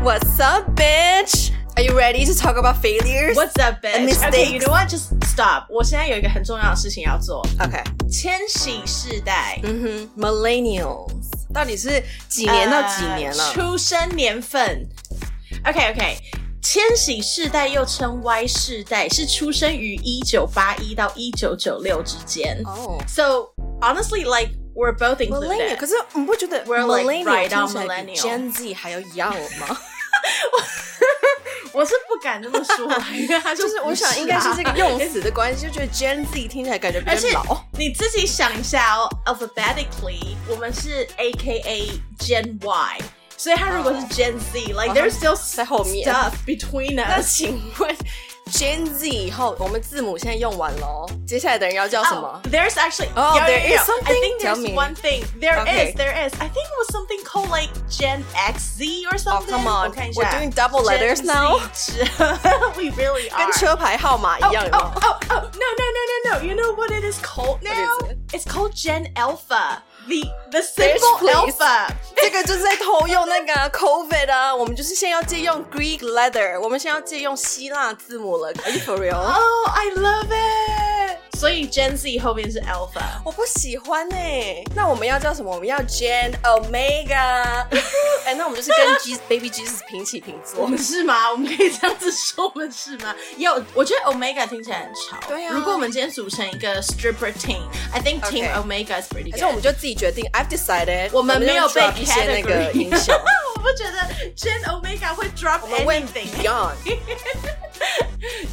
What's up, bitch? Are you ready to talk about failures? What's up, bitch? And mistakes. Okay, you know what? Just stop. 我现在有一个很重要的事情要做。 OK，千禧世代嗯哼，Millennials 到底是几年到几年了呃？出生年份。OK OK，千禧世代又称 Y 世代，是出生于一九八一到一九九六之间。哦 So honestly, like we're both Oh. ，Millennial， included. 可是你不觉得 We're like Millennial right on 听起来比 millennial Gen Z 还要 young 吗？我是不敢这么说， 就是我想应该是这个用词。词的关系，就觉得 Gen Z 听起来感觉比而且较老。你自己想一下哦，alphabetically，我们是 A K A Gen Y，所以他如果是 Gen Z，like、哦 Oh, there's still 在后面 stuff between 那 us。请问 Gen Z 以后，我们字母现在用完喽，接下来的人要叫什么 Oh, there's actually Oh, yeah, there is yeah, yeah. something? I think Tell me. there's one thing. There is, Okay. there is. I think it was something called like Gen XZ or something. Oh, come on. 我看一下 We're doing double letters Gen now. Z we really are. 跟车牌号码一样有 oh, 没有 oh, oh, oh, no, no, no, no, no. You know what it is called now? is it? It's called Gen Alpha. The the Bitch, symbol please. Alpha. 这个就是在偷用那个啊 COVID 啊，我们就是先要借用 Greek letter，我们先要借用希腊字母了。Are you for real？ Oh, I love it. 所以 Gen Z 后面是 Alpha。我不喜欢呢、那我们要叫什么？我们要 Gen Omega。哎、那我们就是跟 G Baby Jesus 平起平我坐。们是吗？我们可以这样子说我们是吗？有，我觉得 Omega 听起来很潮。对啊如果我们今天组成一个 stripper team，I think Team Okay. Omega is pretty 还 good。是我们就自己决定？I've decided， 我们没有被我们就 drop 一些那个 category 音 效，我不觉得 Gen Omega 会 drop 我们问 anything。 Beyond。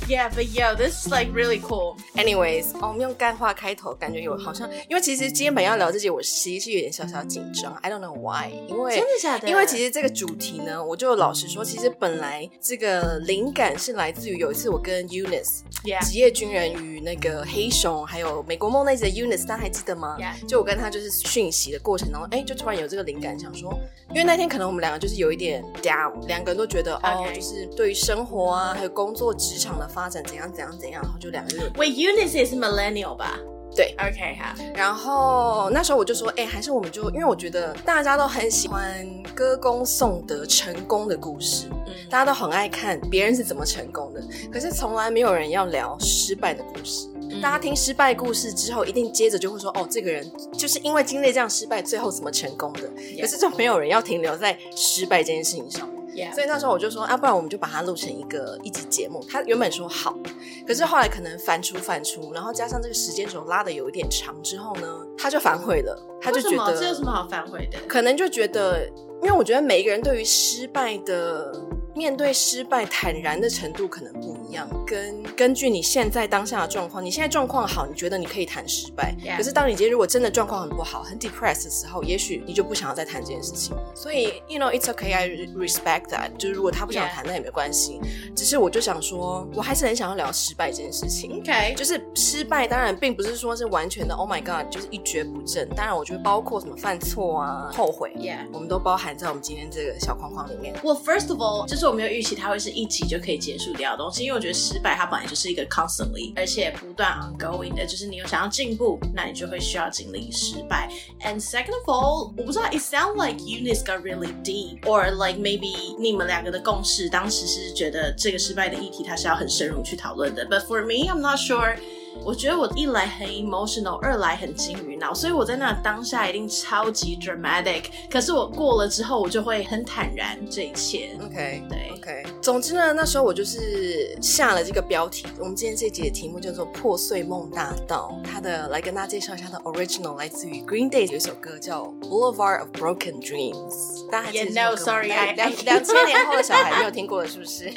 Yeah, but yo, this is like really cool. Anyways，哦，我们用干话开头，感觉有好像，因为其实今天本来要聊这集，我其实是有点小小紧张，I don't know why，因为真的假的？因为其实这个主题呢，我就老实说，其实本来这个灵感是来自于有一次我跟 Eunice Yeah. 职业军人与那个黑熊还有美国梦那集的 Eunice，大家还记得吗 Yeah. 就我跟他就是讯息的过程当中，哎，就突然有这个灵感，想说，因为那天可能我们两个就是有一点 down，两个人都觉得哦， Okay. 就是对于生活啊，还有工作职场的发展怎样怎样怎样，然后就两个人有 Wait, Eunice 也是 millennial 吧？对，OK 哈。然后那时候我就说，哎、还是我们就，因为我觉得大家都很喜欢歌功颂德、成功的故事，嗯大家都很爱看别人是怎么成功的，可是从来没有人要聊失败的故事。嗯大家听失败故事之后，一定接着就会说，哦，这个人就是因为经历这样失败，最后怎么成功的。可是就没有人要停留在失败这件事情上。 Yeah. 所以那时候我就说，啊，不然我们就把它录成一个一集节目。他原本说好，可是后来可能翻出翻出，然后加上这个时间轴拉的有一点长之后呢，他就反悔了，他就为什觉么得这有什么好反悔的？可能就觉得，因为我觉得每一个人对于失败的。面对失败坦然的程度可能不一样，跟根据你现在当下的状况，你现在状况好，你觉得你可以谈失败 Yeah. 可是当你今天如果真的状况很不好、很 depressed 的时候，也许你就不想要再谈这件事情。所以，you know it's okay, I respect that。就是如果他不想 Yeah. 谈，那也没关系。只是我就想说，我还是很想要聊失败这件事情。 OK，就是失败，当然并不是说是完全的 Oh my God，就是一蹶不振。当然，我觉得包括什么犯错啊、后悔 Yeah. 我们都包含在我们今天这个小框框里面。 well, first of all，就是我没有预期它会是一集就可以结束掉的东西，因为我觉得失败它本来就是一个 constantly，而且不断 ongoing 的，就是你有想要进步，那你就会需要经历失败。And second of all，我不知道，it sound like Eunice got really deep，or like maybe 你们两个的共识当时是觉得这个失败的议题它是要很深入去讨论的。But for me，I'm not sure。我觉得我一来很 emotional，二来很金鱼脑，所以我在那当下一定超级 dramatic。可是我过了之后，我就会很坦然这一切。 OK 对 OK，总之呢，那时候我就是下了这个标题。我们今天这集的题目叫做《破碎梦大道》，它的来跟大家介绍一下它的 original 来自于 Green Day 有一首歌叫《Boulevard of Broken Dreams》，大家还记得 Yeah, 这首 no, 歌吗 sorry, 大概 I- 两两千年后的小孩没有听过了，是不是？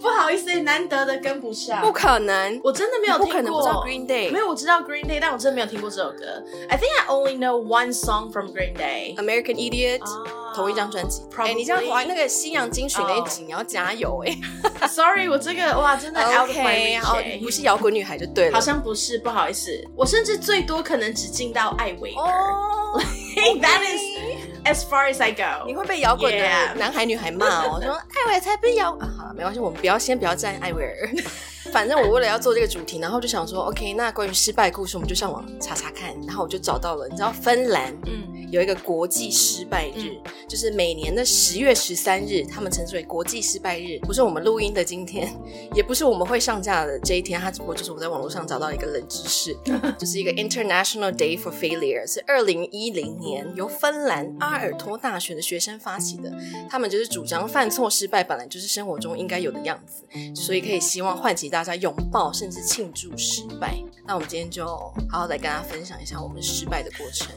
不好意思，难得的跟不上， 不可能，我真的没有不听过，可能不知道 Green Day 没有，我知道 Green Day，但我真的没有听过这首歌。I think I only know one song from Green Day。 American Idiot，、啊同一张专辑。哎、 Probably 哦你这样玩那个西洋金曲那一集你要加油 哎、 Sorry，我这个哇，真的 out of my 哦 reach，，不欸是摇滚女孩就对了。 好像不是，不好意思，我甚至最多可能只进到艾薇 儿。哦 That is as far as I 你 go。会被摇滚的 Yeah 男孩女孩骂哦，说艾薇儿才不是摇啊，好了，没关系，我们不要先不要站艾薇儿。 反正我为了要做这个主题，然后就想说，OK，那关于失败故事，我们就上网查查看，然后我就找到了，你知道芬兰嗯有一个国际失败日，就是每年的十月十三日，他们称之为国际失败日。不是我们录音的今天，也不是我们会上架的这一天，它只不过就是我在网络上找到一个冷知识，就是一个 International Day for Failure，是二零一零年由芬兰阿尔托大学的学生发起的。他们就是主张犯错失败本来就是生活中应该有的样子，所以可以希望唤起大家拥抱甚至庆祝失败。那我们今天就好好来跟大家分享一下我们失败的过程。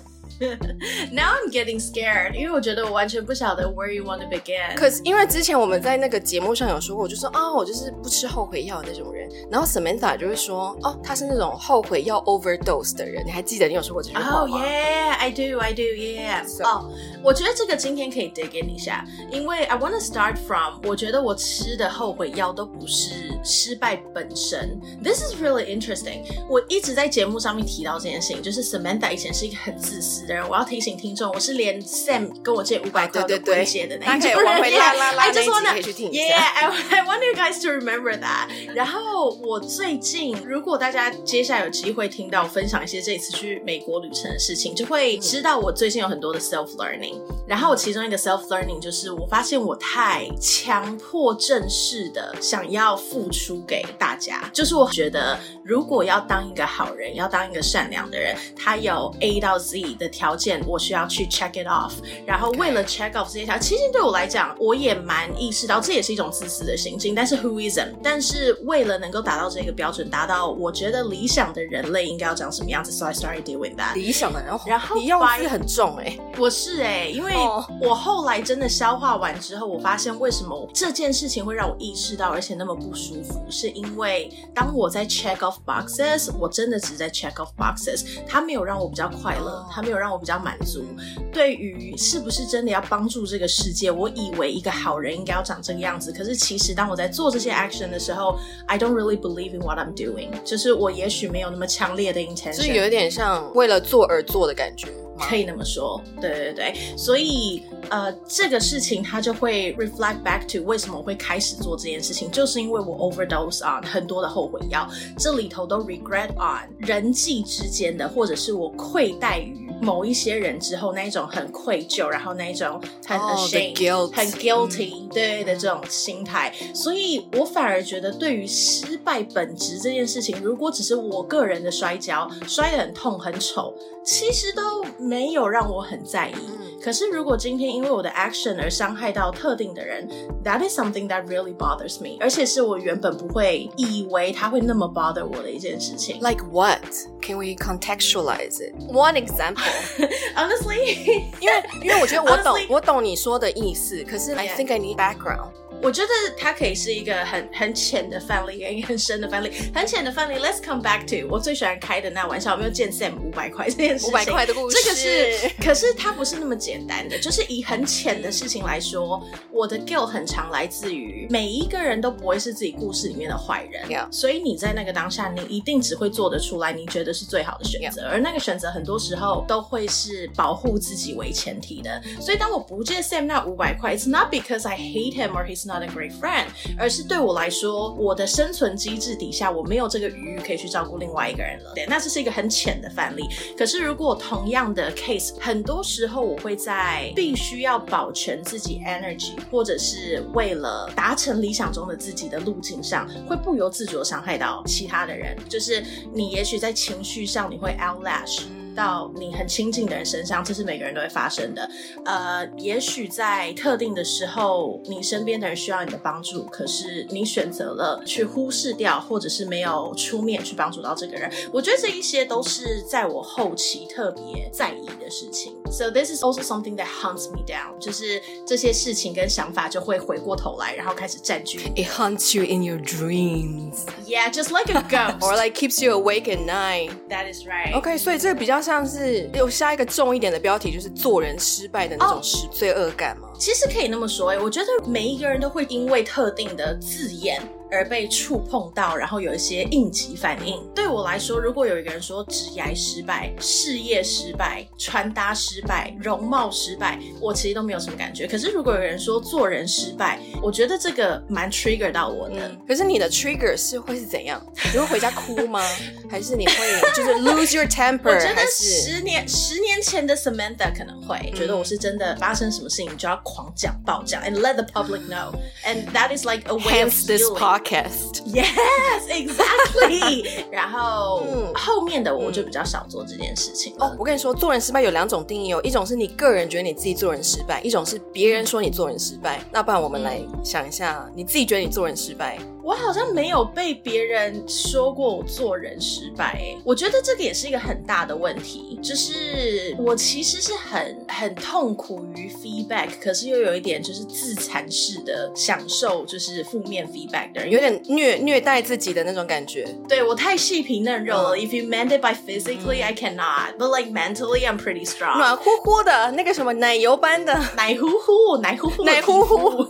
Now I'm getting scared，因为我觉得我完全不晓得 where you want to begin。可是因为之前我们在那个节目上有说过，我就说啊，我就是不吃后悔药的那种人。然后 Samantha 就会说，哦，他是那种后悔药 overdose 的人。你还记得你有说过这句话 Oh 吗 yeah, I do, I do, yeah. So- 哦，我觉得这个今天可以 dig in 一下，因为 I want to start from，我觉得我吃的后悔药都不是失败本身。This is really interesting。我一直在节目上面提到这件事情，就是 Samantha 以前是一个很自私的人。我要提醒听众，我是连 Sam 跟我借五百对块都对不会对借的那大一家可种以人。往回拉拉 Yeah，拉 I 哎那 just 一集 wanna 可以去听一 Yeah, 下。 I I want you guys to remember that. 然后我最近，如果大家接下来有机会听到我分享一些这次去美国旅程的事情，就会知道我最近有很多的 self learning。然后我其中一个 self learning 就是，我发现我太强迫正式的想要付出给大家，就是我觉得如果要当一个好人，要当一个善良的人，他有 A 到 Z 的条件，我需要去 check it off。然后为了 check off 这些条，其实对我来讲，我也蛮意识到这也是一种自私的行径，但是 who isn't？但是为了能够达到这个标准，达到我觉得理想的人类应该要长什么样子，so I started doing that。理想的，然后然后你用 by- 字很重哎、我是哎、因为哦我后来真的消化完之后，我发现为什么这件事情会让我意识到，而且那么不舒服，是因为当我在 check off boxes，我真的只是在 check off boxes，它没有让我比较快乐哦，它没有让我比较满足。对于是不是真的要帮助这个世界，我以为一个好人应该要长这个样子，可是其实当我在做这些 action 的时候，I don't really believe in what I'm doing，就是我也许没有那么强烈的 intention，就是有一点像为了做而做的感觉吗可以那么说，对对对，所以呃，这个事情它就会 reflect back to 为什么我会开始做这件事情，就是因为我 overdose on 很多的后悔药，这里头都 regret on 人际之间的，或者是我愧待于某一些人之后那一种很愧疚，然后那一种很哦 ashamed、 the guilt 嗯很 guilty 对的这种心态，所以我反而觉得对于失败本质这件事情，如果只是我个人的摔跤，摔得很痛很丑，其实都没有让我很在意。嗯可是如果今天因为我的 action 而伤害到特定的人，that is something that really bothers me，而且是我原本不会以为他会那么 bother 我的一件事情。 Like what? Can we contextualize it? One example. Honestly，因为 因为我觉得我懂 Honestly- 我懂你说的意思，可是 I Yeah. think I need background. 我觉得它可以是一个很很浅的范例，跟一个很深的范例，很浅的范例。Let's come back to 我最喜欢开的那玩笑，有没有见 Sam 五百块这件事情？五百块的故事，这个是，可是它不是那么简单的。就是以很浅的事情来说，我的 guilt 很常来自于每一个人都不会是自己故事里面的坏人 Yeah. 所以你在那个当下，你一定只会做得出来你觉得是最好的选择而那个选择很多时候都会是保护自己为前提的。所以当我不借 Sam 那五百块，It's not because I hate him or he's not a great friend，而是对我来说，我的生存机制底下，我没有这个余裕可以去照顾另外一个人了。对，那这是一个很浅的范例。可是如果同样的 case，很多时候我会在必须要保全自己 energy，或者是为了达成理想中的自己的路径上，会不由自主的伤害到其他的人。就是你也许在情绪上你会 outlash。到你很亲近的人身上，这是每个人都会发生的。呃，也许在特定的时候，你身边的人需要你的帮助，可是你选择了去忽视掉，或者是没有出面去帮助到这个人。我觉得这一些都是在我后期特别在意的事情。So this is also something that hunts me down，就是这些事情跟想法就会回过头来，然后开始占据。 It haunts you in your dreams Yeah，just like a or ghost。 like keeps you awake at night. That is right。 OK，所以这个比较像是有下一个重一点的标题，就是做人失败的那种哦失罪恶感吗？其实可以那么说、欸，我觉得每一个人都会因为特定的字眼而被触碰到，然后有一些应急反应。对我来说，如果有一个人说职涯失败、事业失败、穿搭失败、容貌失败，我其实都没有什么感觉。可是如果有人说做人失败，我觉得这个蛮 trigger 到我的。嗯可是你的 trigger 是会是怎样？你会回家哭 吗？还是你会就是 lose your temper？我觉得还是十年十年前的 Samantha 可能会觉得我是真的发生什么事情就要狂讲暴讲，and let the public know, and that is like a way of hence this healing. podcast？ Yes, exactly 。 然后、嗯后面的我就比较少做这件事情了。哦，我跟你说，做人失败有两种定义哦，一种是你个人觉得你自己做人失败，一种是别人说你做人失败。那不然我们来想一下，你自己觉得你做人失败，我好像没有被别人说过我做人失败、欸，我觉得这个也是一个很大的问题，就是我其实是很很痛苦于 feedback，可是又有一点就是自残式的享受，就是负面 feedback 的人，因有为点虐虐待自己的那种感觉。对我太细皮嫩肉嗯了。If you meant it by physically, I cannot, but like mentally, I'm pretty strong. 暖乎乎的那个什么奶油般的， 奶乎乎，奶乎乎，奶乎乎。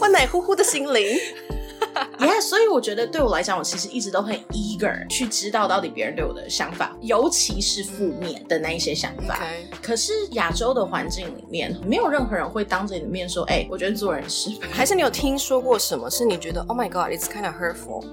我奶乎乎的心灵。 yeah，所以我觉得对我来讲，我其实一直都很 eager 去知道到底别人对我的想法，尤其是负面的那一些想法。可是亚洲的环境里面，没有任何人会当着你的面说：“哎、我觉得做人失败。还是你有听说过什么是你觉得 Oh my God, it's kind of hurtful？”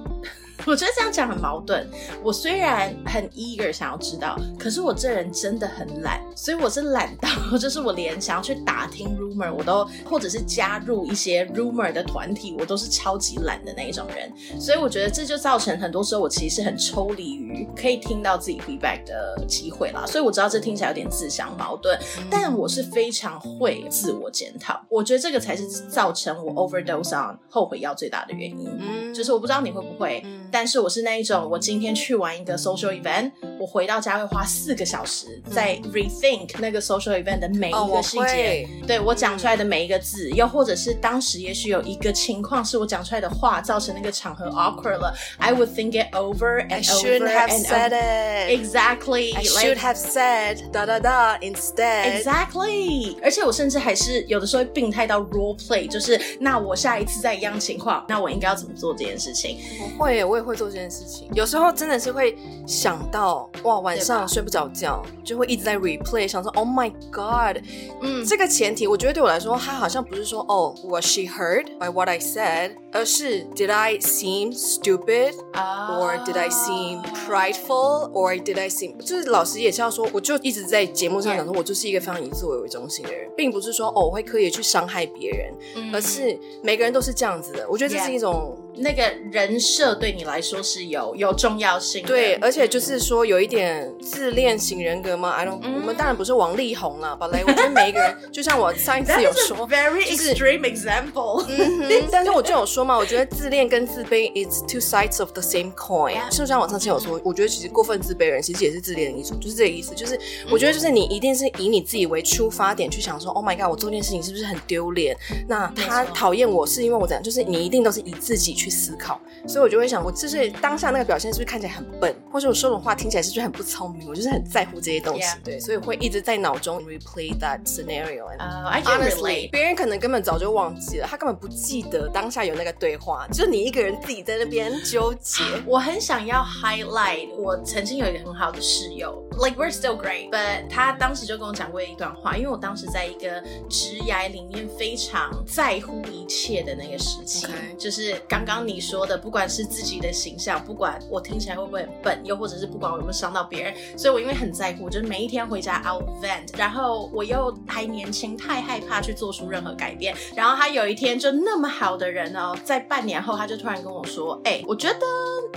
我觉得这样讲很矛盾。我虽然很 eager 想要知道，可是我这人真的很懒，所以我是懒到， 就是我连想要去打听 rumor，我都或者是加入一些 rumor 的团体，我都是超级懒的那一种人。所以我觉得这就造成很多时候我其实是很抽离于可以听到自己 feedback 的机会啦。所以我知道这听起来有点自相矛盾，但我是非常会自我检讨。我觉得这个才是造成我 overdose on 后悔药最大的原因。嗯就是我不知道你会不会，嗯但是我是那一种，我今天去玩一个 social event，我回到家会花四个小时在 rethink 那个 social event 的每一嗯哦，我个细节。会，对我讲出来的每一个字，又或者是当时也许有一个情况是我讲出来的话造成那个场合 awkward 了，I would think it over I and should over have and said over. it. Exactly. I like- should have said da da da instead. Exactly，而且我甚至还是有的时候会病态到 role play，就是那我下一次再一样情况，那我应该要怎么做这件事情？我会耶，我也会做这件事情。有时候真的是会想到，哇，晚上睡不着觉，就会一直在 replay，想说 Oh my God。嗯，这个前提，我觉得对我来说，它好像不是说哦，Was she hurt by what I said，而是 Did I seem stupid？Or did I seem prideful? Or did I seem 就是老师也是要说，我就一直在节目上讲说，我就是一个非常以自我为中心的人，并不是说哦我会刻意去伤害别人，而是每个人都是这样子的。我觉得这嗯 Yeah 是一种那个人设对你来说是有有重要性的。对，而且就是说有一点自恋型人格嘛。I don't，、嗯我们当然不是王力宏啦，本来我觉得每一个人，就像我 上一 That 次有 is a 说。 very 就是 extreme example。嗯但是我就有说嘛，我觉得自恋跟自卑 is two sides of the same coin。 Yeah. 嗯就像我上次有说，我觉得其实过分自卑的人其实也是自恋的一种，就是这个意思。就是嗯我觉得就是你一定是以你自己为出发点去想说，Oh my god，我做这件事情是不是很丢脸？那他没错讨厌我是因为我怎样？就是你一定都是以自己去思考，所以我就会想，我就是当下那个表现是不是看起来很笨，或者我说的话听起来是不是很不聪明？我就是很在乎这些东西 Yeah. 对，所以会一直在脑中 replay that scenario and 呃、i can 嗯 Honestly， relate。别人可能根本早就忘记了，他根本不记得当下有那个对话，就你一个人自己在那边纠 结。我很想要 highlight，我曾经有一个很好的室友，like we're still great，but 他当时就跟我讲过一段话，因为我当时在一个职涯里面非常在乎一切的那个时期 OK 就是刚刚你说的，不管是自己的形象，不管我听起来会不会很笨，又或者是不管我有没有伤到别人，所以我因为很在乎，就是每一天回家 out vent，然后我又还年轻，太害怕去做出任何改变。然后他有一天就那么好的人哦，在半年后他就突然跟我说：“哎、我觉得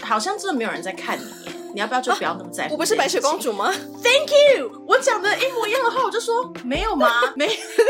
好像真的没有人在看你耶，你要不要就不要那么在乎、我不是白雪公。主 吗？ ”Thank you，我讲的一模一样的话，我就说没有吗？没，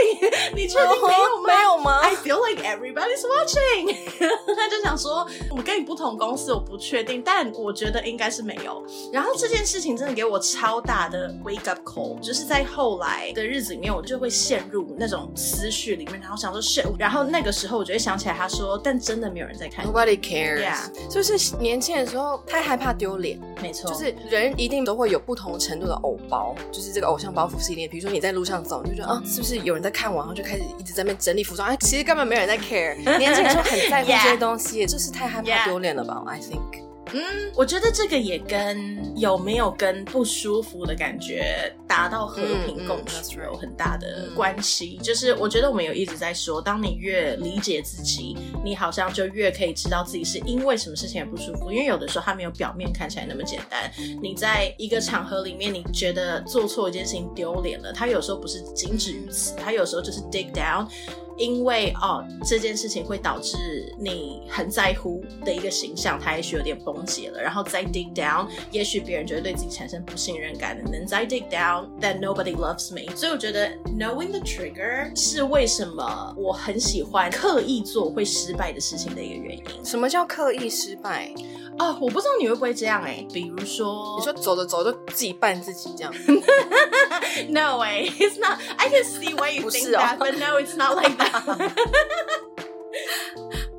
你你确定没有 哦吗？没有吗？ I feel like everybody's watching 。 他就想说，我跟你不同公司，我不确定，但我觉得应该是没有。然后这件事情真的给我超大的 wake up call，就是在后来的日子里面，我就会陷入那种思绪里面，然后想说 shit，然后那个时候我就会想起来，他说，但真的没有人在看你， Nobody cares，、 Yeah 就是年轻的时候太害怕丢脸，没错，就是人一定都会有不同程度的偶包，就是这个偶像包袱系列。比如说你在路上走，你就觉得啊，是不是有人在看我，然后就开始一直在那边整理服装，哎、其实根本没有人在在 care，年轻的时候很 在乎这 Yeah 些东西，就是太害 Yeah 怕丢脸了吧？I think 嗯，我觉得这个也跟有没有跟不舒服的感觉达到和平共嗯嗯，that's 处 right 有很大的嗯关系。就是我觉得我们有一直在说，当你越理解自己，你好像就越可以知道自己是因为什么事情而不舒服。因为有的时候它没有表面看起来那么简单。你在一个场合里面，你觉得做错一件事情丢脸了，它有时候不是仅止于此，它有时候就是 dig down。因为哦，这件事情会导致你很在乎的一个形象，它也许有点崩解了，然后再 dig down，也许别人就会对自己产生不信任感了。能再 dig down，that nobody loves me。所以我觉得 knowing the trigger 是为什么我很喜欢刻意做会失败的事情的一个原因。什么叫刻意失败？哦，我不知道你会不会这样哎、比如说，你说走着走着自己绊自己这样， No way, Mm. it's not. I can see why you 不 think 是哦 that, but no, it's not like that.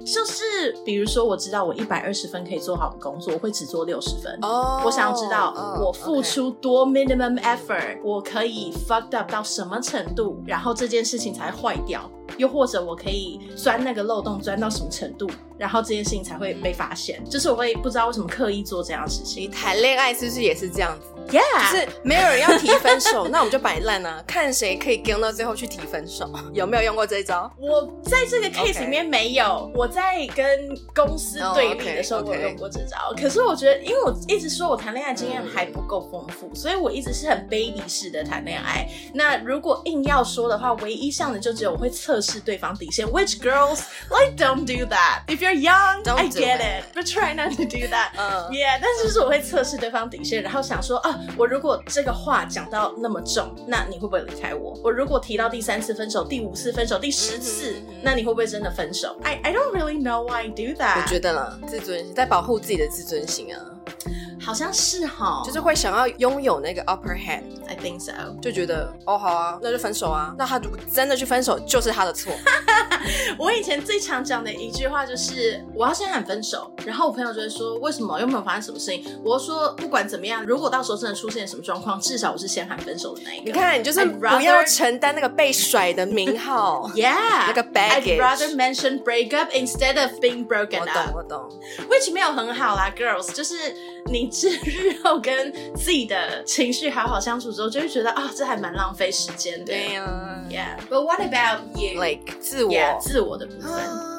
就是比如说，我知道我一百二十分可以做好的工作，我会只做六十 分。哦我想要知道嗯我付 OK 出多 minimum effort，我可以 fucked up 到什么程度，然后这件事情才坏掉。又或者我可以钻那个漏洞钻到什么程度，然后这件事情才会被发现。就是我会不知道为什么刻意做这样的事你情。谈恋爱是不是也是这样子？就 Yeah，是没有人要提分手， 那我们就摆烂啊，看谁可以跟到最后去提分手。有没有用过这一招？我在这个 case OK 里面没有我在跟公司对立的时候，哦我，OK，OK 用过这招。可是我觉得，因为我一直说我谈恋爱经验嗯还不够丰富，所以我一直是很 baby 式的谈恋爱。那如果硬要说的话，唯一像的就只有我会测试对方底线。Which girls like don't do that? If you're young, Don't I do get that. it, but try not to do that. 嗯 Yeah，但是就是我会测试对方底线，然后想说啊，我如果这个话讲到那么重，那你会不会离开我？我如果提到第三次分手、第五次分手、第十次，嗯哼嗯哼那你会不会真的分手？I I don't really know why I do that。 我觉得啦，自尊心在保护自己的自尊心啊，好像是哈，就是会想要拥有那个 upper hand， I think so。 就觉得哦好啊，那就分手啊。那他如果真的去分手，就是他的错。我以前最常讲的一句话就是，我要先喊分手，然后我朋友就会说为什么，又没有发生什么事情。我就说不管怎么样，如果到时候真的出现什么状况，至少我是先喊分手的那一个。 你看，你 就是 I'd rather-。不要承担那个被甩的名号，Yeah，那个 baggage I'd rather mention breakup instead of being 我 broken 懂， up, 我懂。 which 没有很好啦，girls。就是你之日后跟自己的情绪好好相处之后，就会觉得啊、这还蛮浪费时间的。对呀、啊 Yeah, but what about you? Like 自我 yeah, 自我的部分。啊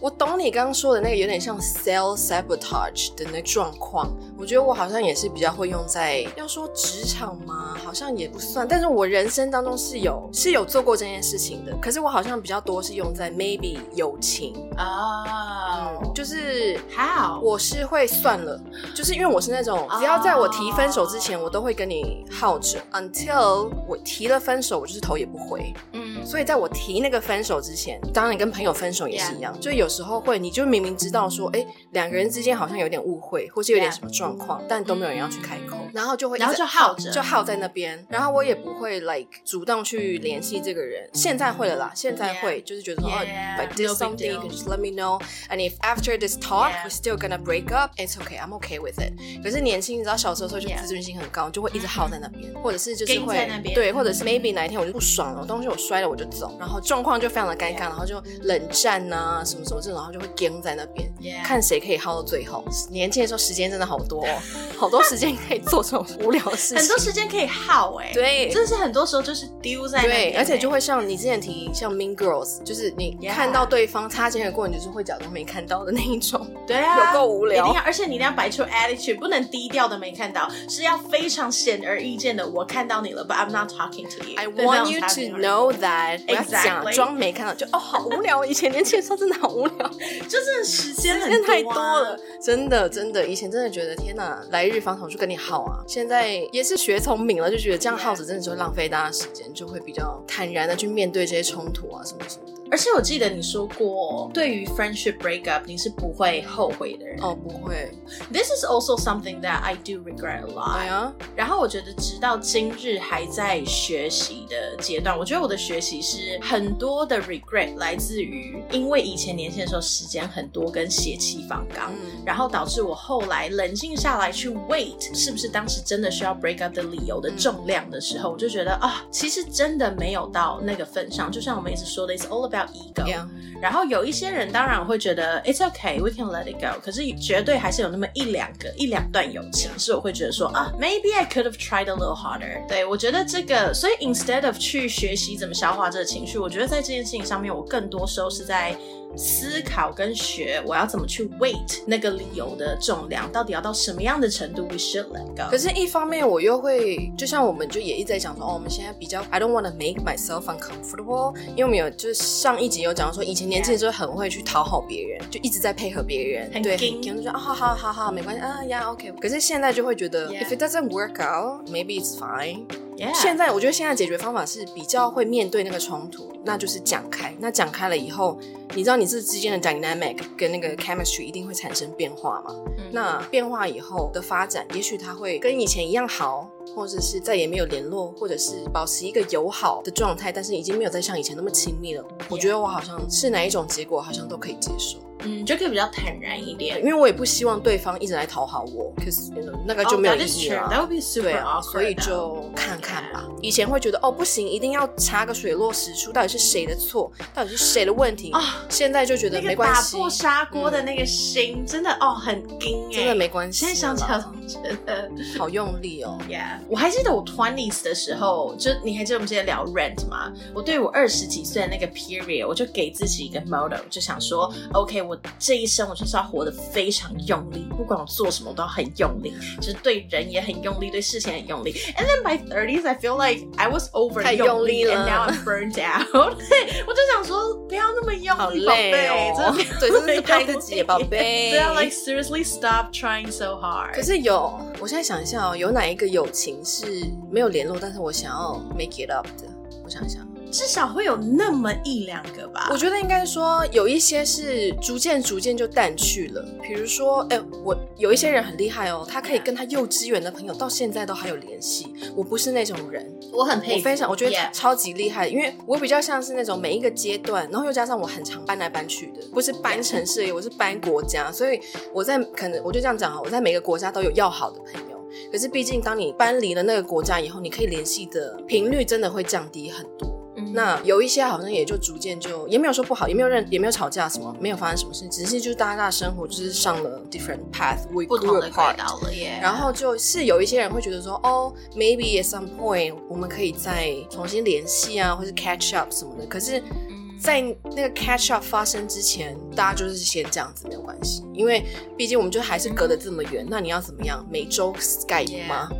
我懂你刚刚说的那个有点像 self sabotage 的那状况，我觉得我好像也是比较会用在，要说职场吗？好像也不算，但是我人生当中是有是有做过这件事情的，可是我好像比较多是用在 maybe 友情，哦、嗯，就是。 how？嗯我是会算了，就是因为我是那种哦只要在我提分手之前，我都会跟你耗着，until 我提了分手，我就是头也不回。嗯所以在我提那个分手之前，当然你跟朋友分手也是一样就有时候会，你就明明知道说，哎，两个人之间好像有点误会，或是有点 Yeah 嗯什么状况，但都没有人要去开口，然后就会一直，然后就耗着就耗在那边，然后我也不会 like 主动去联系这个人，现在会了啦，现在会就是觉得说，哦 Yeah， ，but do no big something you deal can just let me know and if after this talk Yeah we're still gonna break up it's okay I'm okay with it。可是年轻，你知道小时候的时候就 Yeah 自尊心很高，就会一直耗在那边，或者是就是盯会在那边嗯对，或者是 maybe 哪一天我就不爽了，我东西我摔了我就走，然后状况就非常的尴 Yeah 尬，然后就冷战呐、什么什么这种，然后就会僵在那边 Yeah 看谁可以耗到最后。年轻的时候时间真的好多、哦， 好多时间可以做这种无聊的事情，很多时间可以耗哎、欸，，对。真的是很多时候就是丢在那边欸、对，而且就会像你之前提，像 Mean Girls，就是你 Yeah 看到对方擦肩而过，你就是会假装没看到的那一 种。对啊，有够无聊一定要，而且你一定要摆出 attitude，不能低调的没看到，是要非常显而易见的。我看到你了，but I'm not talking to you。 I 对方 want you 才会 to know that，我要 Exactly 假装没看到，就哦，好无聊。以前年轻的时候真的好无聊，就 真的时间很真的啊太多了。，真的真的，以前真的觉得天哪，来日方长，我就跟你耗啊。现在也是学聪明了，就觉得这样 Yeah 耗着真的就会浪费大家时间，就会比较坦然的去面对这些冲突啊什么什么的。而且我记得你说过，对于 friendship breakup，你是不会后悔的人。哦，不会， This is also something that I do regret a lot、哎呀，然后我觉得直到今日还在学习的阶段，我觉得我的学习是很多的 regret 来自于，因为以前年轻的时候时间很多跟血气方刚。嗯，然后导致我后来冷静下来去 wait 是不是当时真的需要 break up 的理由的重量的时候，我就觉得啊，其实真的没有到那个份上。就像我们一直说的，it's all about about ego。 Yeah. 然后有一些人当然会觉得 it's okay, we can let it go。可是绝对还是有那么一两个一两段友情，是我会觉得说啊，maybe I could have tried a little harder。对我觉得这个，所以 instead of 去学习怎么消化这个情绪，我觉得在这件事情上面，我更多时候是在。思考跟学，我要怎么去 weight 那个理由的重量，到底要到什么样的程度？We should let go。可是，一方面我又会，就像我们就也一直在讲说，哦，我们现在比较，I don't want to make myself uncomfortable，因为我们有就是上一集有讲说，以前年轻的时候很会去讨好别人，就一直在配合别人，很对，硬很硬就说啊，好好好好，没关系啊呀，OK。可是现在就会觉得 Yeah if it doesn't work out，maybe it's fine。 Yeah 现在我觉得现在解决方法是比较会面对那个冲突，那就是讲开。那讲开了以后，你知道你这之间的 dynamic 跟那个 chemistry 一定会产生变化嘛？嗯那变化以后的发展，也许它会跟以前一样好，或者是再也没有联络，或者是保持一个友好的状态，但是已经没有再像以前那么亲密了。我觉得我好像是哪一种结果，好像都可以接受，嗯，就可以比较坦然一点因。为我也不希望对方一直来讨好我，可是 you know，那个就 Oh, 没有 that 意 is 义 true. 了。 That would be super 对啊， awkward 所以 though. 就看看吧。以前会觉得哦不行，一定要查个水落石出，到底是谁的错，到底是谁的问题。啊现在就觉得那没个关打系，嗯破砂锅的那个心，真的哦，很硬哎、真的没啊关系现啦。在想起来，我觉得好用力哦。 ，Yeah，我还记得我 twenties 的时候，就你还记得我们之前聊 rent 吗？我对我二十几岁的那个 period，我就给自己一个 motto，就想说，OK，我这一生我就是要活得非常用力，不管我做什么我都要很用力，就是对人也很用力，对事情也很用力。And then by thirties, I feel like I was over 太用用力力了 and now I'm burned out 。 我就想说，不要那么好用力，宝贝累，哦真的。，对，真的是拍自己，宝贝。 对啊，like seriously stop trying so hard。可是有，我现在想一下哦，有哪一个友情是没有联络，但是我想要 make it up 的？我想想，至少会有那么一两个吧。我觉得应该说有一些是逐渐逐渐就淡去了，比如说，哎、我有一些人很厉害哦，他可以 Yeah. 跟他幼稚园的朋友到现在都还有联系。我不是那种人，我很我非常我觉得 Yeah 超级厉害，因为我比较像是那种每一个阶段，然后又加上我很常搬来搬去的，不是搬城市而已，我是搬国家，所以我在可能我就这样讲啊哈，我在每个国家都有要好的朋友。可是毕竟当你搬离了那个国家以后，你可以联系的频率真的会降低很多。嗯那有一些好像也就逐渐就也没有说不好，也没有认也没有吵架什么，没有发生什么事，只是就是大家的生活就是上了 different path，we 不 grew 同的 apart。轨道了耶。然后就是有一些人会觉得说，哦，maybe at some point 我们可以再重新联系啊，或是 catch up 什么的。可是，嗯在那个 catch up 发生之前，大家就是先这样子没有关系，因为毕竟我们就还是隔得这么远。那你要怎么样？每周 Skype 吗？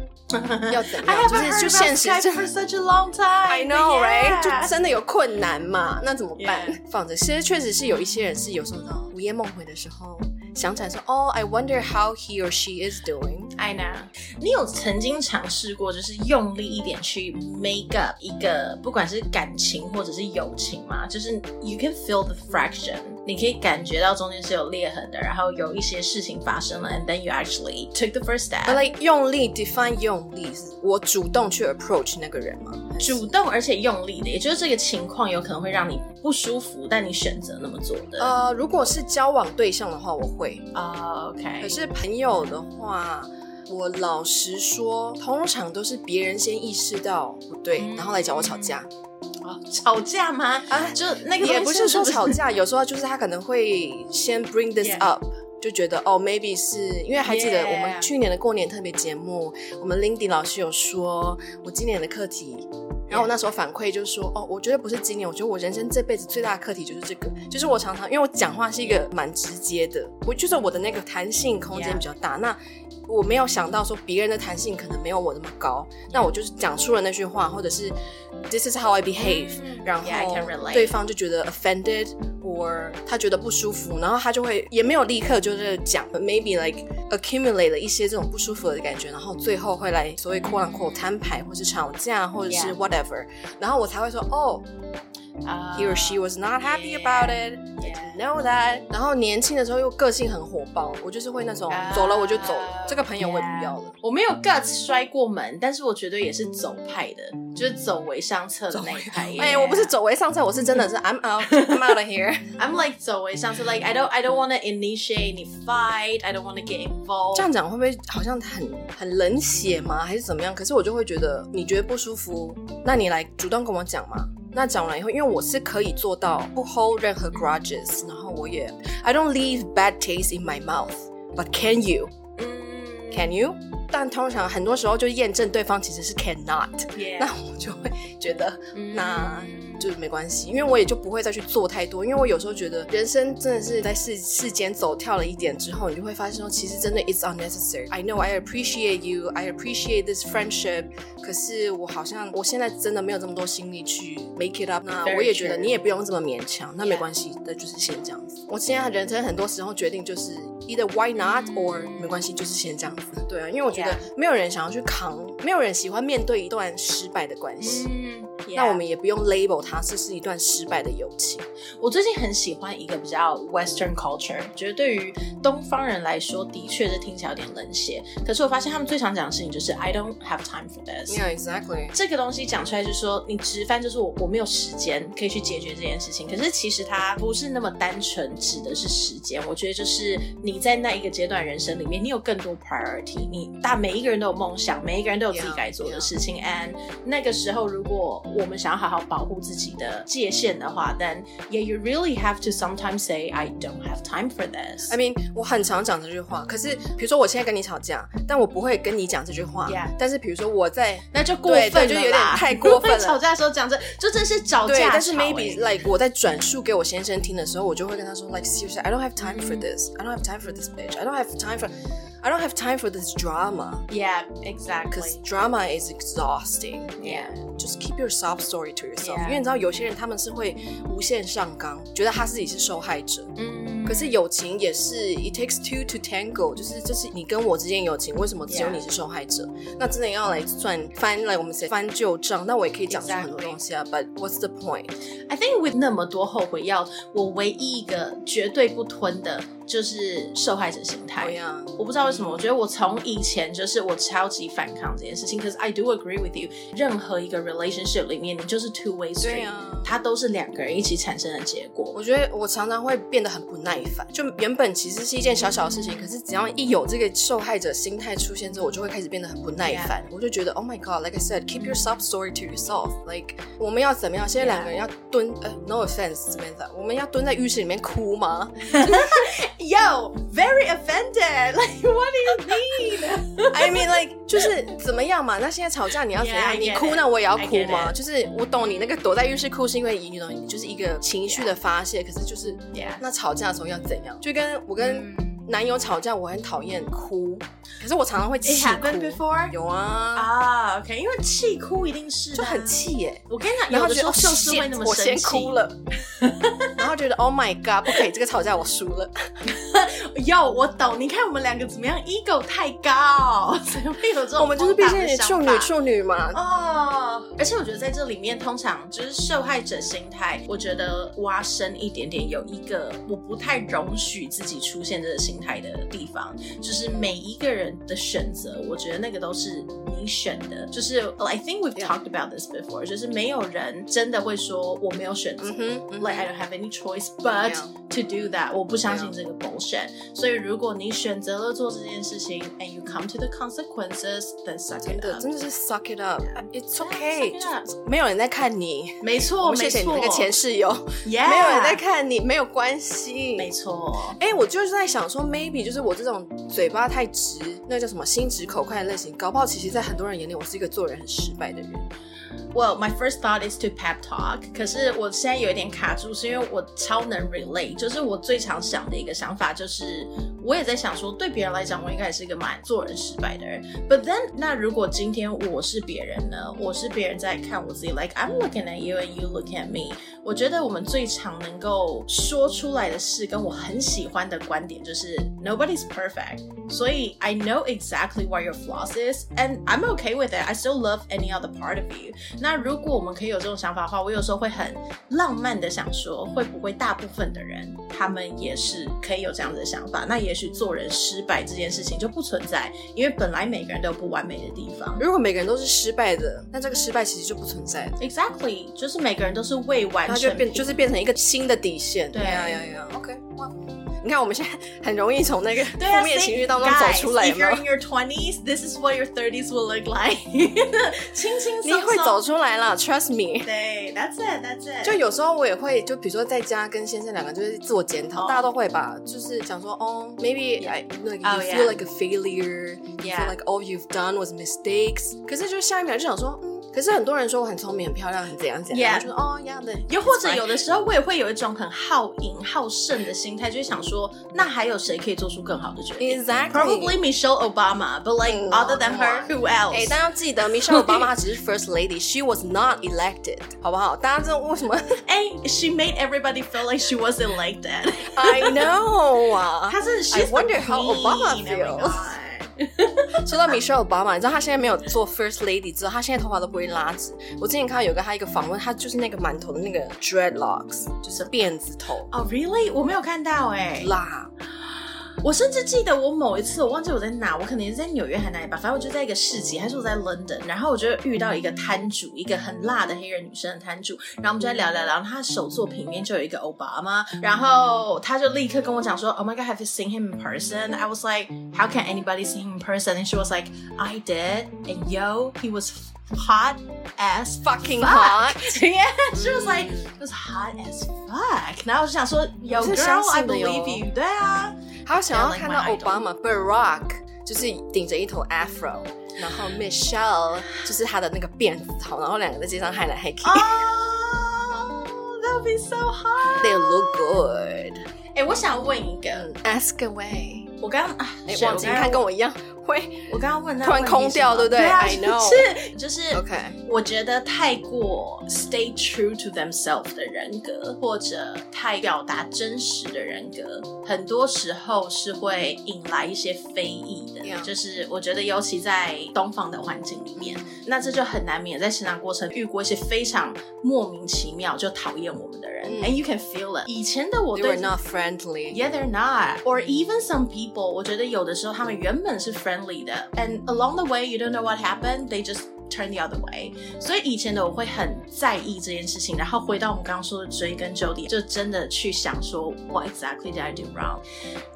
要怎 I 样？就 haven't 是 heard 就现 about 实 Skype 真 for 的。 such a long time. I know, right？就 Yeah. 真的有困难嘛？那怎么办 Yeah 放着，其实确实是有一些人是有时候你知道午夜梦回的时候想起来说，哦、i wonder how he or she is doing。 I know。你有曾经尝试过，就是用力一点去 make up 一个，不管是感情或者是友情嘛，就是 you can feel the fraction，你可以感觉到中间是有裂痕的，然后有一些事情发生了，and then you actually took the first step。 But like 用力 define 用力是我主动去 approach 那个人吗？还是主动而且用力的，也就是这个情况有可能会让你不舒服，但你选择那么做的。呃，如果是交往对象的话，我会；啊、o k 可是朋友的话，我老实说，通常都是别人先意识到不对，嗯然后来找我吵架。哦吵架吗？啊就那个也不是说吵架，架，有时候就是他可能会先 bring this Yeah. up。就觉得哦，maybe 是因为还记得 Yeah. 我们去年的过年特别节目我们 Lindy 老师有说我今年的课题，然后我那时候反馈就是说哦，我觉得不是今年，我觉得我人生这辈子最大的课题就是这个，就是我常常因为我讲话是一个蛮直接的，我就是我的那个弹性空间 Yeah. 比较大，那我没有想到说别人的弹性可能没有我那么高，那我就是讲出了那句话，或者是 This is how I behave，、嗯然后 Yeah, I can relate. 对方就觉得 offended or 他觉得不舒服，然后他就会也没有立刻就是讲，but，maybe like accumulate 了一些这种不舒服的感觉，然后最后会来所谓 quote unquote 摊牌，或是吵架，或者是 Yeah. whatever，、然后我才会说哦、啊 he or she was not happy about it。 Yeah. Know that，然后年轻的时候又个性很火爆，我就是会那种啊走了我就走了，这个朋友我也不要了。我没有 guts 摔过门，但是我绝对也是走派的，就是走为上策的那一派。哎、我不是走为上策，我是真的是 I'm out，I'm out of here。 ，I'm like 走为上策，like I don't I don't want to initiate any fight，I don't want to get involved。这样讲会不会好像很很冷血吗？还是怎么样？可是我就会觉得你觉得不舒服，那你来主动跟我讲嘛。那讲完以后，因为我是可以做到不 hold 任何 grudges，然后我也 I don't leave bad taste in my mouth。But can you? 嗯 Can you? 但通常很多时候就验证对方其实是 cannot，那我就会觉得嗯那就是没关系，因为我也就不会再去做太多，因为我有时候觉得人生真的是在世世间走跳了一点之后，你就会发现说，其实真的 it's unnecessary。I know I appreciate you, I appreciate this friendship，可是我好像我现在真的没有这么多心力去 make it up。那 Very 我也觉得 true 你也不用这么勉强，那 Yeah 没关系，那就是先这样子。我现在人生很多时候决定就是 either why not or 没关系，就是先这样子。对啊，因为我觉得 Yeah 没有人想要去扛，没有人喜欢面对一段失败的关系。嗯，那我们也不用 label 它这是一段失败的友情。我最近很喜欢一个比较 Western culture，觉得对于东方人来说，的确是听起来有点冷血。可是我发现他们最常讲的事情就是 I don't have time for this。 Yeah, exactly. 这个东西讲出来就是说，你直翻就是我我没有时间可以去解决这件事情。可是其实它不是那么单纯指的是时间，我觉得就是你在那一个阶段人生里面，你有更多 priority，你大每一个人都有梦想，每一个人都有自己 Yeah, 该做的事情。And 那个时候，如果我们想要好好保护自己的界限的话，then yeah you really have to sometimes say I don't have time for this。 I mean，我很常讲这句话。可是，比如说我现在跟你吵架，但我不会跟你讲这句话。 Yeah 但是，比如说我在那就过分了啦，对就有点太过分了吵架的时候讲这，就真是吵架对吵欸。，但是 maybe like 我在转述给我先生听的时候，我就会跟他说，like seriously, I don't have time for this. I don't have time for this bitch. I don't have time for, I don't have time for this drama. yeah exactly Because drama is exhausting. Yeah. Just keep your sob story to yourself. Yeah 因为你知道有些人他们是会无限上纲，觉得他自己是受害者。嗯可是友情也是，it takes two to tango，就是这是你跟我之间友情，为什么只有 Yeah. 你是受害者那真的要来算翻来我们谁翻旧账，那我也可以讲出很多 Exactly. 东西啊。But what's the point？ I think with 那么多后悔药，我唯一一个绝对不吞的就是受害者心态。好呀，我不知道为什么，我觉得我从以前就是我超级反抗这件事情。可是 I do agree with you，任何一个 relationship 里面，你就是 two way street，、对啊它都是两个人一起产生的结果。我觉得我常常会变得很不耐烦，就原本其实是一件小小的事嗯情，可是只要一有这个受害者心态出现之后，我就会开始变得很不耐烦。我就觉得，Oh my God，like I said，keep your sub story to yourself，like 我们要怎么样？现在两个人要蹲呃，no offense，这边的，我们要蹲在浴室里面哭吗？ Yo, very offended. Like what do you mean? I mean like 就是怎么样嘛？那现在吵架你要怎 Yeah, 样 I get 你哭那我也要哭 I get 吗 it 就是我懂你那个躲在浴室哭是因为你懂，你就是一个情绪的发泄可是就是 Yeah. 嗯那吵架的时候要怎样？就跟我跟男友吵架，我很讨厌哭，可是我常常会 It 气 happened 哭。 before. 有啊，啊、o k 因为气哭一定是的就啊很。气耶、我跟你讲，然有后的觉时得候哦就是会那 shit，么我生先气哭 了，然后觉得 Oh my God，不可以，这个吵架我输了。哟，我懂，你看我们两个怎么样，ego 太高，所以会有这种我们就是毕荒竟诞是的想处女法处女嘛，哦，而且我觉得在这里面，通常就是受害者心态，我觉得挖深一点点，有一个我不太容许自己出现这个心态的地方，就是每一个人的选择，我觉得那个都是你选的。就是 I think we've Yeah. talked about this before，就是没有人真的会说我没有选择嗯哼，嗯 Like I 哼 don't have any choice but to do that，我不相信这个 bullshit。所以如果你选择了做这件事情，and you come to the consequences，then suck 真 it 的 up。真的是 suck it up，it's 啊 Yeah，suck okay， it up 就没有人在看你。没错，我没们错，谢谢你那个前室友， Yeah，没有人在看你，没有关系。没错，哎、我就是在想说，maybe 就是我这种嘴巴太直，那叫什么心直口快的类型，搞不好其实在很多人眼里，我是一个做人很失败的人。 Well, my first thought is to pep talk. 可是我现在有一点卡住，是因为我超能 relate，就是我最常想的一个想法就是，我也在想说，对别人来讲，我应该也是一个蛮做人失败的人。But then，那如果今天我是别人呢？我是别人在看我自己，like I'm looking at you and you looking at me。我觉得我们最常能够说出来的事，跟我很喜欢的观点就是 nobody's perfect。所以 I know exactly where your flaws is and I'm okay with it. I still love any other part of you. 那如果我们可以有这种想法的话，我有时候会很浪漫的想说，会不会大部分的人他们也是可以有这样子的想法？那也许做人失败这件事情就不存在，因为本来每个人都有不完美的地方。如果每个人都是失败的，那这个失败其实就不存在了， Exactly，就是每个人都是未完它成就品，变就是变成一个新的底线。对呀呀呀，OK，哇。你看我们现在很容易从那个对啊，负面情绪 think- 当中走出来 guys, If you're 嘛 in，your twenties, this is what your thirties will look like 轻轻松你松。会走出来啦，Trust me。对，That's it, That's it。就有时候我也会，就比如说在家跟先生两个就是自我检讨哦大家都会吧，就是想说，哦，maybe I like you Oh, feel yeah. like a failure，you feel Yeah. like all you've done was mistakes。可是就下一秒就想说，嗯，可是很多人说我很聪明、很漂亮、很怎样怎样， Yeah. 我就说哦，一样的。又或者有的时候，我也会有一种很好赢、好胜的心态，就是想说，那还有谁可以做出更好的决定 Exactly Mm, ？Probably Michelle Obama, but like 嗯 other than her, who 哎、 else? 大家要记得，Michelle Obama 她只是 First Lady，she was not elected，好不好？大家知道为什么哎，she made everybody feel like she wasn't like that. ？I know 啊。她是 she's the wonder how queen, Obama oh my feels. god. 说到 Michelle Obama，你知道她现在没有做 First Lady 之后，她现在头发都不会拉直。我之前看到有个她一个访问，她就是那个满头的那个 dreadlocks，就是辫子头哦、r e a l l y 我没有看到哎、啦。我甚至记得我某一次，我忘记我在哪，我可能也是在纽约还哪里吧，反正我就在一个市集，还是我在 London，然后我就遇到一个摊主，一个很辣的黑人女生的摊主，然后我们就在聊聊聊，然后她的手作品里面就有一个 Obama，然后她就立刻跟我讲说，Oh my God，have you seen him in person? I was like, How can anybody see him in person? And she was like, I did, and yo, he was hot as Fucking Fuck. hot！ yeah, she was like, it was hot as fuck. 然后我就想说，Yo 我是 girl, I 相信的哟 believe you. 对啊，她想要看到 Yeah, like Obama Barack 就是顶着一头 afro，然后 Michelle 就是她的那个辫子头，然后两个在街上嗨来嗨去。 Oh！哦 that would be so hot. They look good. 哎、我想问一个， Ask away. 我刚刚啊，哎、 shit，忘记，我你看刚刚跟我一样会。我刚刚问到突然空掉对不对啊 I know 是就是 OK，我觉得太过 stay true to themselves 的人格，或者太表达真实的人格，很多时候是会引来一些非议的。 Yeah. 就是我觉得，尤其在东方的环境里面，那这就很难免在成长过程遇过一些非常莫名其妙就讨厌我们的人、嗯 a n d you can feel it。以前的我 You 对 were not friendly. Yeah, they're not. Or even some people，我觉得有的时候他们原本是 friendly 的，and along the way you don't know what happened, they just turn the other way。所以以前的我会很在意这件事情，然后回到我们刚刚说的追根究底，就真的去想说 What exactly did I do wrong？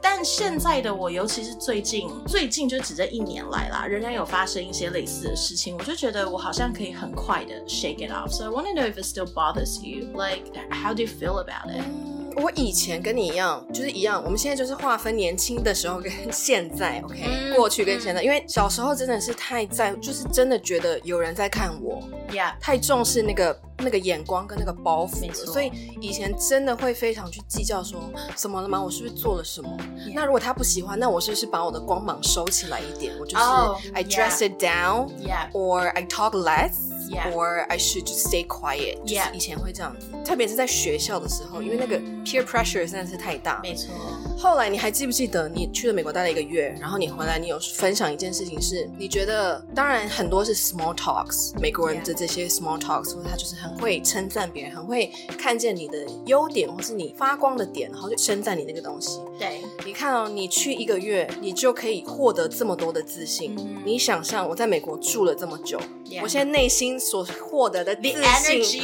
但现在的我，尤其是最近最近就只这一年来啦，仍然有发生一些类似的事情，我就觉得我好像可以很快的 shake it off。So I want to know if it still bothers you. Like, how do you feel about it? 嗯我以前跟你一样，就是一样。我们现在就是划分年轻的时候跟现 在，OK，、嗯过去跟现在。因为小时候真的是太在，就是真的觉得有人在看我， Yeah. 太重视那个那个眼光跟那个包袱没了，错所以以前真的会非常去计较说，怎么了吗？我是不是做了什么 Yeah. 那如果他不喜欢，那我是不是把我的光芒收起来一点？我就是、 Oh, I yeah. dress it down。 Yeah. or I talk less. Yeah. Or I should just stay quiet. 就是 Yeah. 以前会这样子，特别是在学校的时候，因为那个嗯 peer pressure 真的是太大。没错，后来你还记不记得，你去了美国待了一个月，然后你回来，你有分享一件事情是，你觉得当然很多是 small talks，美国人 Yeah. 的这些 small talks，或者他就是很会称赞别人，很会看见你的优点或是你发光的点，然后就称赞你那个东西。对，你看哦，你去一个月，你就可以获得这么多的自信。嗯你想象我在美国住了这么久 Yeah. 我现在内心所获得的自 The 信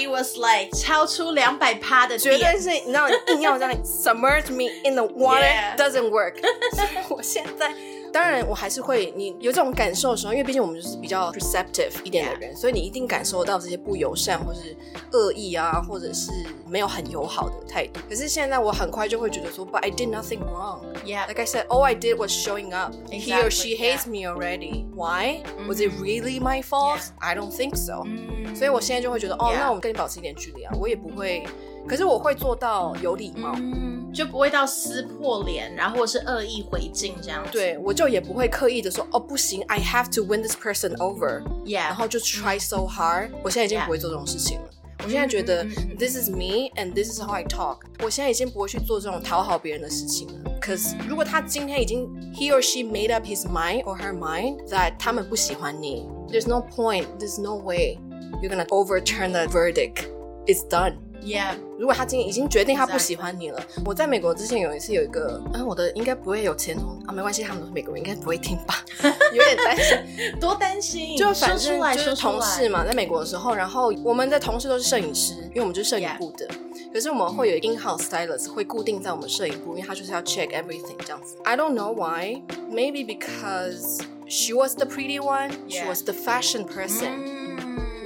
energy was like 超出两百趴的绝对点，是你知道，硬要让 submerge me in the water Yeah. doesn't work 所以我现在。当然，我还是会，你有这种感受的时候，因为毕竟我们就是比较 perceptive 一点的人所以你一定感受到这些不友善，或是恶意啊，或者是没有很友好的态度。可是现在我很快就会觉得说，But I did nothing wrong。 Yeah. Like I said, all I did was showing up. He or Exactly, she yeah. hates me already. Why? Mhm. Was it really my fault? I don't think so. 嗯所以我现在就会觉得，哦 Yeah. 那我跟你保持一点距离啊，我也不会，可是我会做到有礼貌，嗯就不会到撕破脸，然后或是恶意回敬这样子。对我就也不会刻意的说，哦，不行，I have to win this person over，、然，Yeah，后就 try so hard。我现在已经 Yeah. 不会做这种事情了。我现在觉得嗯嗯嗯嗯 this is me and this is how I talk。我现在已经不会去做这种讨好别人的事情了。可是如果他今天已经 he or she made up his mind or her mind that 他们不喜欢你，there's no point，there's no way you're gonna overturn the verdict。It's done。 Yeah，如果他今天已经决定他不喜欢你了，我在美国之前有一次有一个，嗯，我的应该不会有前同啊，没关系，他们都是美国人，应该不会听 吧，有点担心。多担心，就反说正出来就是说出来同事嘛，在美国的时候，然后我们的同事都是摄影师，因为我们就是摄影部的。可是我们会有 in house stylist 会固定在我们摄影部，因为他就是要 check everything 这样子。I don't know why, maybe because she was the pretty one, she Yeah. was the fashion person. 嗯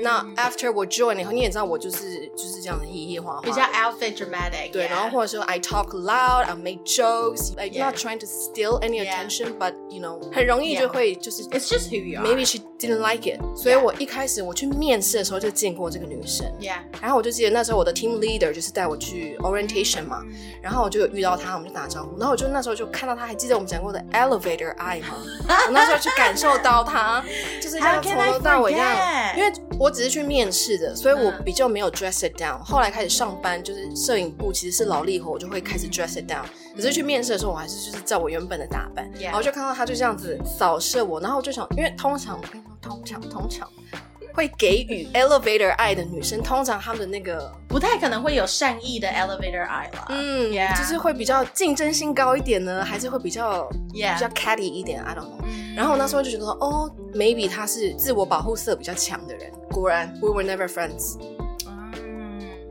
那 after 我 join 以后，你也知道我就是就是这样的意义花花，比较 outfit dramatic，对， yeah 然后或者说 I talk loud, I make jokes, like Yeah. not trying to steal any Yeah. attention, but you know 很容易 Yeah. 就会就是。 it's just who you are。 Maybe she didn't like it，所以我一开始我去面试的时候就见过这个女生， yeah，然后我就记得那时候我的 team leader 就是带我去 orientation 嘛，然后我就有遇到她，我们就打招呼，然后我就那时候就看到她，还记得我们讲过的 elevator eye 吗？我那时候去感受到她，就是这 How 样 can 从 I 头到尾这 forget？样，因为我只是去面试的，所以我嗯比较没有 dress it down。后来开始上班，就是摄影部其实是劳力活，我就会开始 dress it down。可是去面试的时候，我还是就是照我原本的打扮 Yeah 然后就看到她就这样子扫射我，然后我就想，因为通常我跟你说，通常通常。会给予 elevator 爱的女生，通常她们的那个不太可能会有善意的 elevator eye 啦。嗯啊 Yeah 就是会比较竞争性高一点呢，还是会比较比较 yeah， catty 一点？I don't know。嗯然后我那时候就觉得说，哦，maybe 他是自我保护色比较强的人。果然，we were never friends。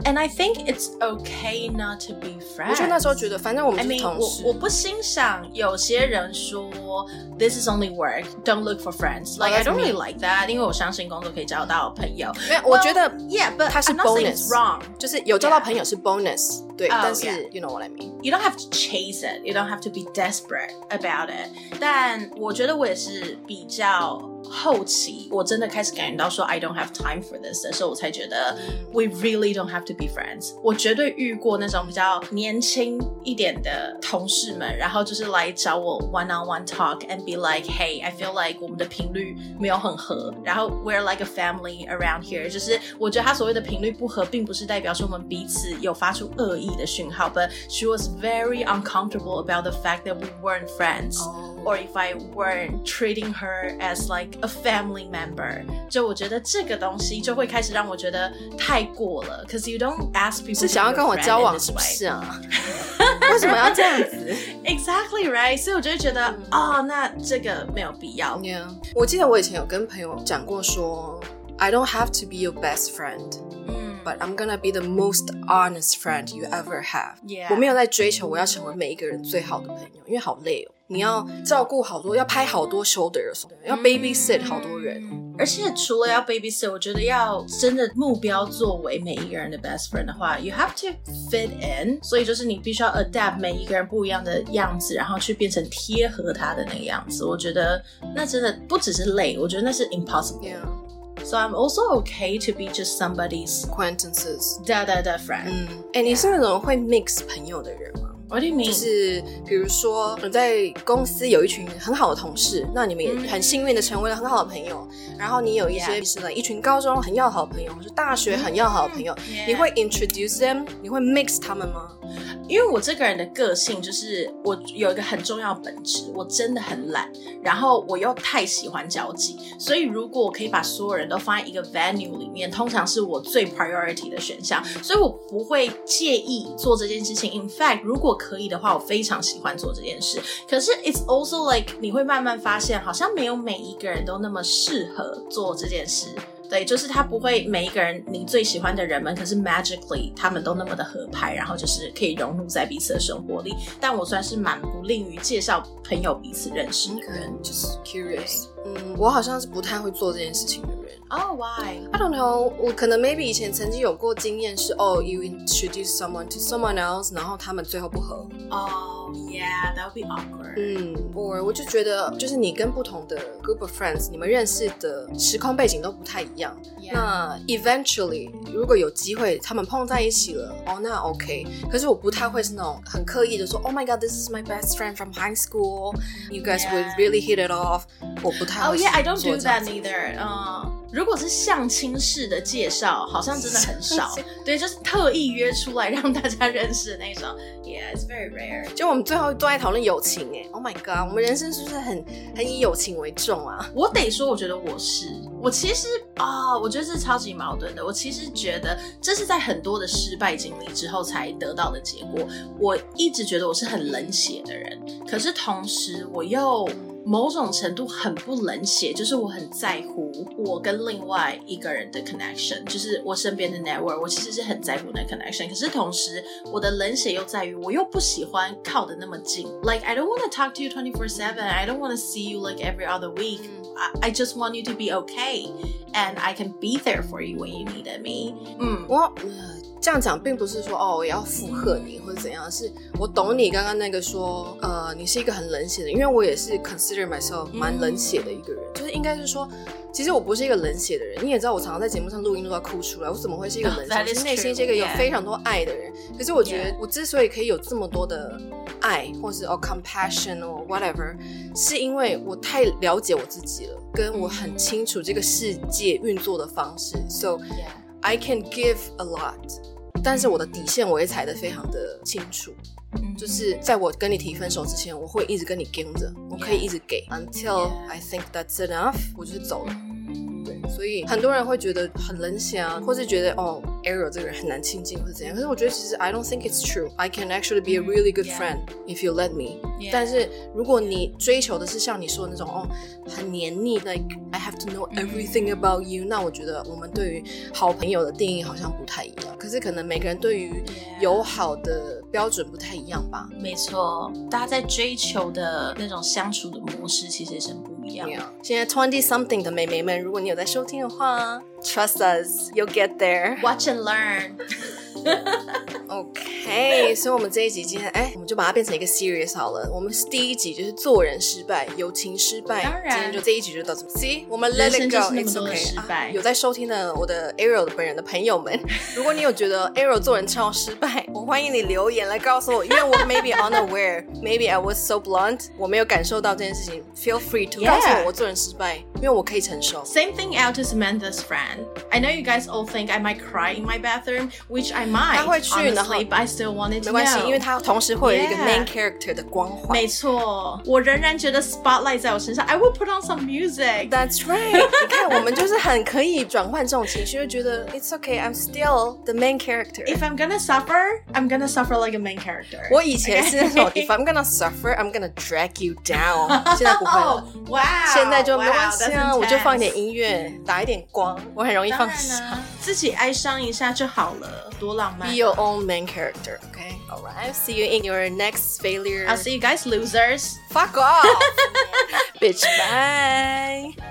And I think it's okay not to be friends. 我就那时候觉得，反正我们 I 就是 mean，同我我事。不欣赏有些人说 this is only work, don't look for friends. Like I Oh, that's don't really me. like that，因为我相信工作可以交到朋友。没有，我觉得 Yeah, but 它是 I'm not saying it's bonus wrong. 就是有交到朋友是 bonus，对。 Oh, 但是 yeah. you know what I mean？ You don't have to chase it. You don't have to be desperate about it. 但我觉得我也是比较后期，我真的开始感觉到说 I don't have time for this 的时候，我才觉得 We really don't have to be friends。我绝对遇过那种比较年轻一点的同事们，然后就是来找我 one on one talk and be like, Hey, I feel like 我们的频率没有很合，然后 we're like a family around here。就是我觉得他所谓的频率不合，并不是代表说我们彼此有发出恶意的讯号，but she was very uncomfortable about the fact that we weren't friends。哦， or if I weren't treating her as like a family member. 就我觉得这个东西就会开始让我觉得太过了，cause you don't ask people 是想要 to be 跟我 your friend 交 in 往 this 是不 way 是 啊？ 为什么要这样子？ ？Exactly right，所以我就会觉得哦，那这个没有必要。 Yeah，我记得我以前有跟朋友讲过说，I don't have to be your best friend。嗯 But I'm gonna be the most honest friend you ever have。 ，Yeah，我没有在追求我要成为每一个人最好的朋友，因为好累哦。你要照顾好多，要拍好多 shoulders，要嗯 babysit 好多人。而且除了要 babysit，我觉得要真的目标作为每一个人的 best friend 的话，you have to fit in，所以就是你必须要 adapt 每一个人不一样的样子，然后去变成贴合他的那个样子。我觉得那真的不只是累，我觉得那是 impossible。 Yeah, So I'm also okay to be just somebody's acquaintances。 da da da friend. 嗯，哎、你是那种会 mix 朋友的人吗？ What do you 就 mean? 是比如说你在公司有一群很好的同事，那你们也嗯很幸运的成为了很好的朋友。然后你有一些 Yeah 嗯是呢，一群高中很要好的朋友，或是大学很要好的朋友，你会 introduce them，你会 mix 他们吗？因为我这个人的个性就是我有一个很重要的本质，我真的很懒，然后我又太喜欢交际，所以如果我可以把所有人都放在一个 venue 里面，通常是我最 priority 的选项，所以我不会介意做这件事情。In fact，如果可以的话，我非常喜欢做这件事。可是 it's also like 你会慢慢发现，好像没有每一个人都那么适合做这件事。对，就是他不会每一个人你最喜欢的人们，可是 magically 他们都那么的合拍，然后就是可以融入在彼此的生活里。但我算是蛮不吝于介绍朋友彼此认识的可人。能就是 curious。嗯，我好像是不太会做这件事情的人。 Oh why？ I don't know，我可能 maybe 以前曾经有过经验是，哦、y o u introduce someone to someone else，然后他们最后不合。 Oh yeah，that would be awkward。嗯，我我就觉得，就是你跟不同的 group of friends，你们认识的时空背景都不太一样。 Yeah，那 eventually 如果有机会，他们碰在一起了，哦，那 OK。可是我不太会是那种很刻意的说，Oh my God，this is my best friend from high school，you guys would Yeah. really hit it off。我不太 Oh 会 yeah, I don't 做 do 这样 that 子 either. 嗯、如果是相亲式的介绍，好像真的很少相亲。对， 就是特意约出来让大家认识的那种。Yeah, it's very rare. 就我们最后都在讨论友情哎、o h my god，我们人生是不是很很以友情为重啊？我得说，我觉得我是，我其实啊、我觉得这是超级矛盾的。我其实觉得这是在很多的失败经历之后才得到的结果。我一直觉得我是很冷血的人，可是同时我又某种程度很不冷血，就是我很在乎我跟另外一个人的 connection，就是我身边的 network，我其实是很在乎那 connection。可是同时，我的冷血又在于我又不喜欢靠得那么近，like I don't want to talk to you twenty four seven, I don't want to see you like every other week。I, I just want you to be okay and I can be there for you when you needed me. 嗯，我、呃这样讲并不是说哦我要附和你或者怎样，是我懂你刚刚那个说呃你是一个很冷血的，因为我也是 consider myself 嗯蛮冷血的一个人，就是应该是说。其实我不是一个冷血的人，你也知道，我常常在节目上录音录到哭出来，我怎么会是一个冷血 That 我 is 是内心是一个有 true, yeah. 非常多爱的人。可是我觉得 Yeah. 我之所以可以有这么多的爱，或是哦 compassion 哦 whatever，是因为我太了解我自己了，跟我很清楚这个世界运作的方式，so I can give a lot，但是我的底线我也踩得非常的清楚，就是在我跟你提分手之前，我会一直跟你跟着，我可以一直给 until Yeah. I think that's enough，我就是走了。对，所以很多人会觉得很冷血啊，或是觉得哦，Ariel 这个人很难亲近，或者怎样。可是我觉得其实 I don't think it's true. I can actually be a really good Yeah. friend if you let me. Yeah. 但是如果你追求的是像你说的那种哦，很黏腻，like I have to know Mm-hmm. everything about you，、那我觉得我们对于好朋友的定义好像不太一样。可是可能每个人对于 Yeah. 友好的标准不太一样吧。没错，大家在追求的那种相处的模式其实是不一样的。 Yeah. 现在 twenty something 的妹妹们，如果你有在收听的话，trust us, you'll get there. Watch and learn， OK，所以我们这一集今天，哎，我们就把它变成一个 series 好了。我们第一集就是做人失败，友情失败，当然今天就这一集就到这。See，我们人 let 生 it 就是 go，那么 it's 多的 OK 失啊败有在收听的我的 Ariel 的本人的朋友们，如果你有觉得 Ariel 做人超失败，我欢迎你留言来告诉我，因为我 maybe unaware，maybe I was so blunt，我没有感受到这件事情。Feel free to 告诉 Yeah 我我做人失败，因为我可以承受。 Same thing out to Samantha's friend. I know you guys all think I might cry in my bathroom, which I might. 她会去 honestly, 然后 but I still wanted 没 to 关系， know. 因为它同时会有一个 Yeah main character 的光环。没错，我仍然觉得 spotlight 在我身上。I will put on some music. That's right 。你看，我们就是很可以转换这种情绪，就觉得 It's okay, I'm still the main character。 If I'm gonna suffer, I'm gonna suffer like a main character. 我以前是那种 Okay. If I'm gonna suffer, I'm gonna drag you down。现在不会 了。哦哇！现在就没关系 Oh, wow, 啊 that's intense 我就放一点音乐，打一点光，我很容易当放然下。啦，自己哀伤一下就好了，多浪漫 Be。your own main character, okay? Alright, see you in your next failure. I'll see you guys, losers. Fuck off, bitch. Bye.